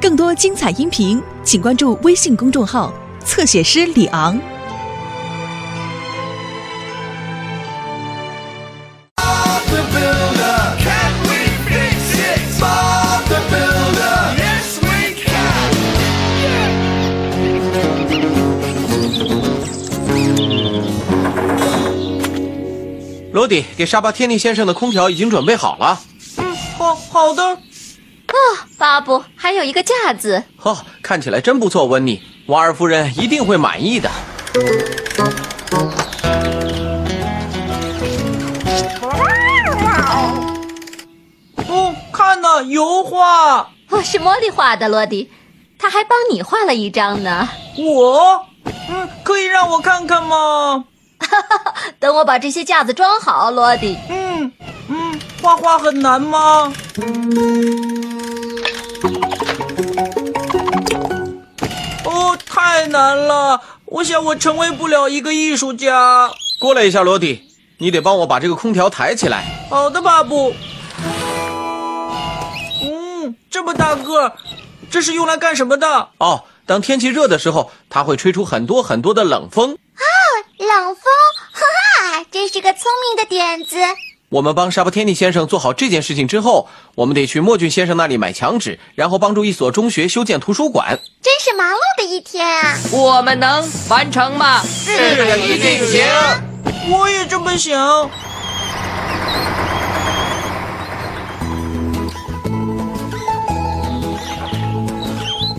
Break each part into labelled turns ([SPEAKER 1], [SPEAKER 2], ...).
[SPEAKER 1] 更多精彩音频，请关注微信公众号“侧写师李昂”。
[SPEAKER 2] Bob the Builder. Can we fix it? Bob the Builder. Yes, we can.
[SPEAKER 3] 罗迪，给沙巴天地先生的空调已经准备好了。
[SPEAKER 4] 好好的，
[SPEAKER 5] 巴布，还有一个架子，
[SPEAKER 3] 哦，看起来真不错，温妮，瓦尔夫人一定会满意的。
[SPEAKER 4] 哦，看呐，油画，
[SPEAKER 5] 哦，是茉莉画的，罗迪，他还帮你画了一张呢。
[SPEAKER 4] 我，嗯，可以让我看看吗？
[SPEAKER 5] 等我把这些架子装好，罗迪。
[SPEAKER 4] 嗯嗯，画画很难吗？哦，太难了，我想我成为不了一个艺术家。
[SPEAKER 3] 过来一下，罗迪，你得帮我把这个空调抬起来。
[SPEAKER 4] 好的，巴布。嗯，这么大个儿，这是用来干什么的？
[SPEAKER 3] 哦，当天气热的时候，它会吹出很多很多的冷风。
[SPEAKER 6] 冷风，哈哈，真是个聪明的点子。
[SPEAKER 3] 我们帮沙巴天地先生做好这件事情之后，我们得去莫俊先生那里买墙纸，然后帮助一所中学修建图书馆。
[SPEAKER 6] 真是忙碌的一天啊！
[SPEAKER 7] 我们能完成吗？
[SPEAKER 3] 这个一定行。
[SPEAKER 4] 我也这么想。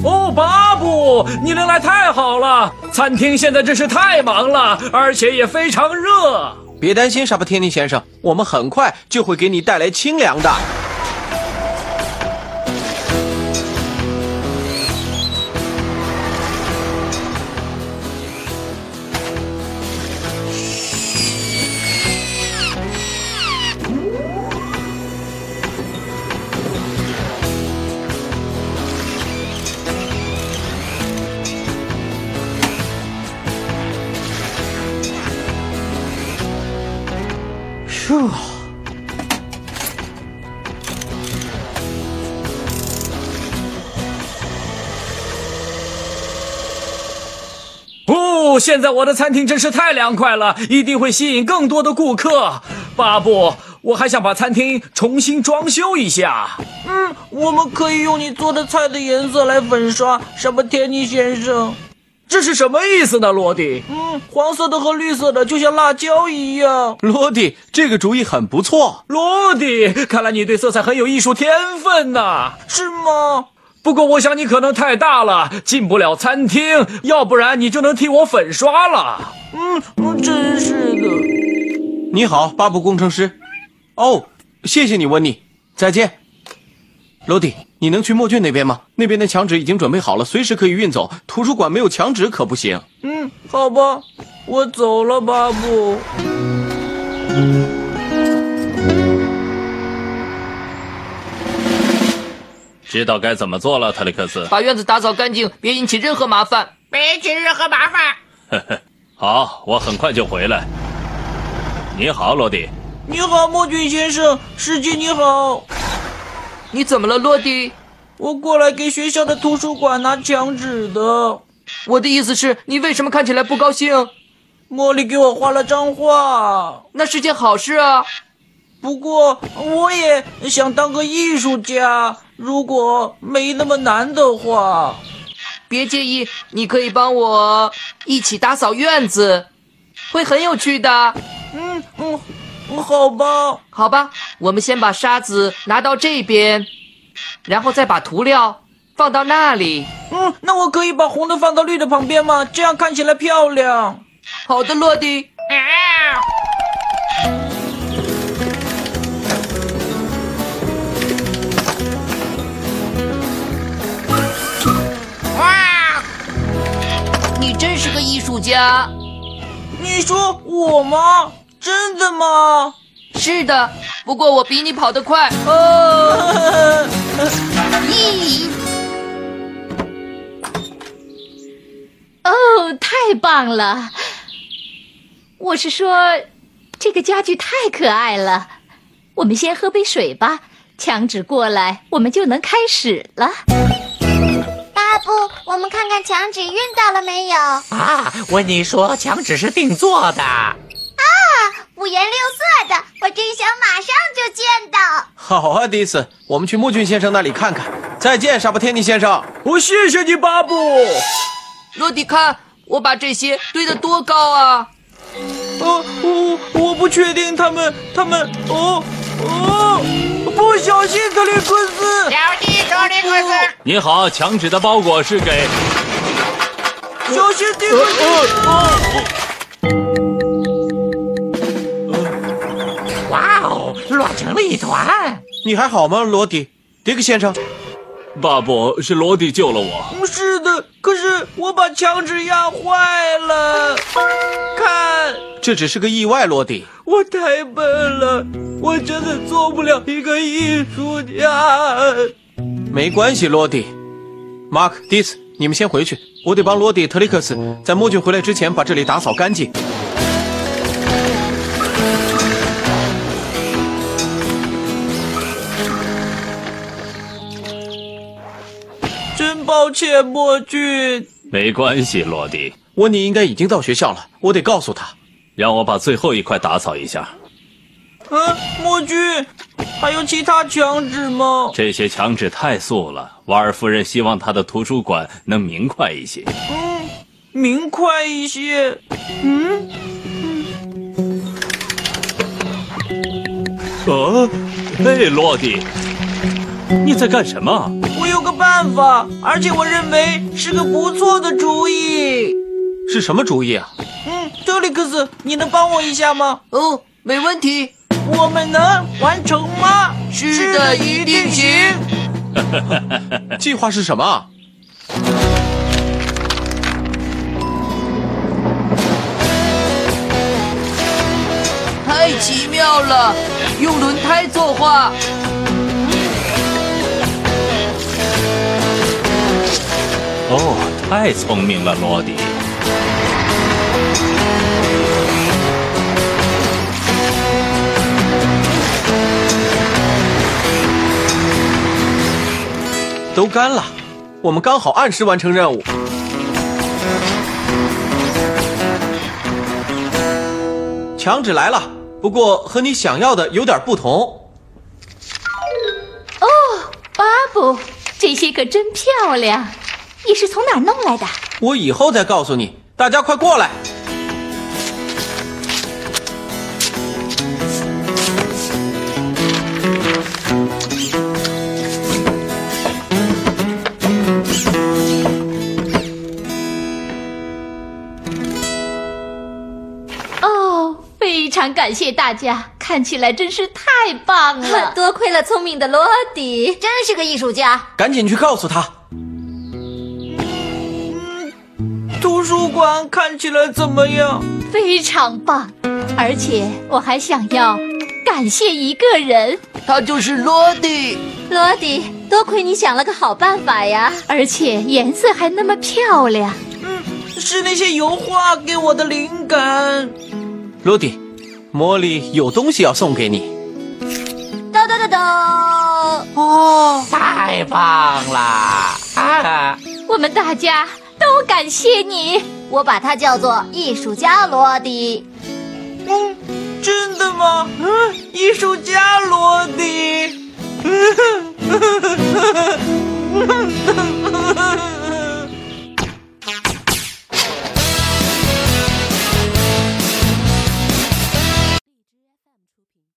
[SPEAKER 8] 哦，巴布，你能来太好了！餐厅现在真是太忙了，而且也非常热。
[SPEAKER 3] 别担心，沙巴天地先生，我们很快就会给你带来清凉的。
[SPEAKER 8] 哦，现在我的餐厅真是太凉快了，一定会吸引更多的顾客。巴布，我还想把餐厅重新装修一下。
[SPEAKER 4] 嗯， 我们可以用你做的菜的颜色来粉刷。什么天尼先生？
[SPEAKER 8] 这是什么意思呢，罗迪？
[SPEAKER 4] 嗯，黄色的和绿色的就像辣椒一样。
[SPEAKER 3] 罗迪，这个主意很不错。
[SPEAKER 8] 罗迪，看来你对色彩很有艺术天分呐、
[SPEAKER 4] 是吗？
[SPEAKER 8] 不过我想你可能太大了，进不了餐厅，要不然你就能替我粉刷了。
[SPEAKER 4] 嗯，嗯真是的。
[SPEAKER 3] 你好，巴布工程师。哦，谢谢你，温妮。再见，罗迪。你能去墨郡那边吗？那边的墙纸已经准备好了，随时可以运走。图书馆没有墙纸可不行。
[SPEAKER 4] 嗯，好吧，我走了，巴布。
[SPEAKER 9] 知道该怎么做了，特里克斯。
[SPEAKER 7] 把院子打扫干净，别引起任何麻烦。
[SPEAKER 9] 好，我很快就回来。你好，罗迪。
[SPEAKER 4] 你好，墨俊先生，世界你好，
[SPEAKER 7] 你怎么了，落地？
[SPEAKER 4] 我过来给学校的图书馆拿墙纸的。
[SPEAKER 7] 我的意思是，你为什么看起来不高兴？
[SPEAKER 4] 茉莉给我画了张画，
[SPEAKER 7] 那是件好事啊。
[SPEAKER 4] 不过我也想当个艺术家，如果没那么难的话。
[SPEAKER 7] 别介意，你可以帮我一起打扫院子，会很有趣的。
[SPEAKER 4] 嗯嗯，好吧。
[SPEAKER 7] 好吧，我们先把沙子拿到这边，然后再把涂料放到那里。
[SPEAKER 4] 嗯，那我可以把红的放到绿的旁边吗？这样看起来漂亮。
[SPEAKER 7] 好的，落地。你真是个艺术家。
[SPEAKER 4] 你说我吗？真的吗？
[SPEAKER 7] 是的，不过我比你跑得快。哦，
[SPEAKER 5] 咦，哦，太棒了！我是说，这个家具太可爱了。我们先喝杯水吧，墙纸过来，我们就能开始了。
[SPEAKER 6] 巴布，我们看看墙纸运到了没有？啊，
[SPEAKER 10] 啊，温妮说墙纸是定做的。
[SPEAKER 6] 五颜六色的，我真想马上就见到。。
[SPEAKER 3] 好啊，迪斯，我们去莫俊先生那里看看。再见，沙巴天尼先生。
[SPEAKER 8] 我谢谢你，巴布。
[SPEAKER 7] 罗迪，看我把这些堆得多高啊！
[SPEAKER 4] 呃，我我不确定他们他们哦哦，不小心，特雷克斯，哦
[SPEAKER 9] 你好，墙纸的包裹是给呃
[SPEAKER 4] 小心哦蒂克斯。
[SPEAKER 10] 哇哦，乱成了一团！
[SPEAKER 3] 你还好吗，罗迪？迪克先生，
[SPEAKER 9] 巴布，是罗迪救了我。
[SPEAKER 4] 嗯是的，可是我把墙纸压坏了。看，
[SPEAKER 3] 这只是个意外，罗迪。
[SPEAKER 4] 我太笨了，我真的做不了一个艺术家。
[SPEAKER 3] 没关系，罗迪。马克、迪斯，你们先回去，我得帮罗迪、特里克斯在莫俊回来之前把这里打扫干净。
[SPEAKER 4] 真抱歉，莫俊。
[SPEAKER 9] 没关系，罗迪，
[SPEAKER 3] 温妮应该已经到学校了，我得告诉他。
[SPEAKER 9] 让我把最后一块打扫一下。
[SPEAKER 4] 嗯，莫俊，还有其他墙纸吗？
[SPEAKER 9] 这些墙纸太素了，瓦尔夫人希望她的图书馆能明快一些。
[SPEAKER 4] 嗯，明快一些。嗯，
[SPEAKER 9] 呃，嘿，罗迪，你在干什么？
[SPEAKER 4] 我有个办法，而且我认为哎是个不错的主意。
[SPEAKER 3] 是什么主意啊？
[SPEAKER 4] 嗯，特里克斯，你能帮我一下吗？
[SPEAKER 7] 哦，没问题，
[SPEAKER 4] 我们能完成吗？
[SPEAKER 7] 是的一定行。
[SPEAKER 3] 计划是什么啊？
[SPEAKER 7] 太奇妙了！用轮胎作画，
[SPEAKER 9] 哦，太聪明了，罗迪。
[SPEAKER 3] 都干了，我们刚好按时完成任务。墙纸来了，不过和你想要的有点不同。
[SPEAKER 5] 哦，巴布，这些可真漂亮！你是从哪儿弄来的？
[SPEAKER 3] 我以后再告诉你，大家快过来！
[SPEAKER 5] 哦，非常感谢大家，看起来真是太棒了
[SPEAKER 6] 多亏了聪明的罗迪，真是个艺术家。
[SPEAKER 3] 赶紧去告诉他。
[SPEAKER 4] 图书馆看起来怎么样？
[SPEAKER 5] 非常棒，而且我还想要感谢一个人，
[SPEAKER 7] 他就是罗迪。
[SPEAKER 6] 罗迪，多亏你想了个好办法呀！
[SPEAKER 5] 而且颜色还那么漂亮。
[SPEAKER 4] 是那些油画给我的灵感。
[SPEAKER 3] 罗迪，茉莉有东西要送给你。
[SPEAKER 6] 噔噔噔噔，
[SPEAKER 10] 哦，太棒啦！啊，
[SPEAKER 5] 我们大家都感谢你，
[SPEAKER 6] 我把它叫做艺术家罗迪。
[SPEAKER 4] 嗯，真的吗？嗯，艺术家罗迪。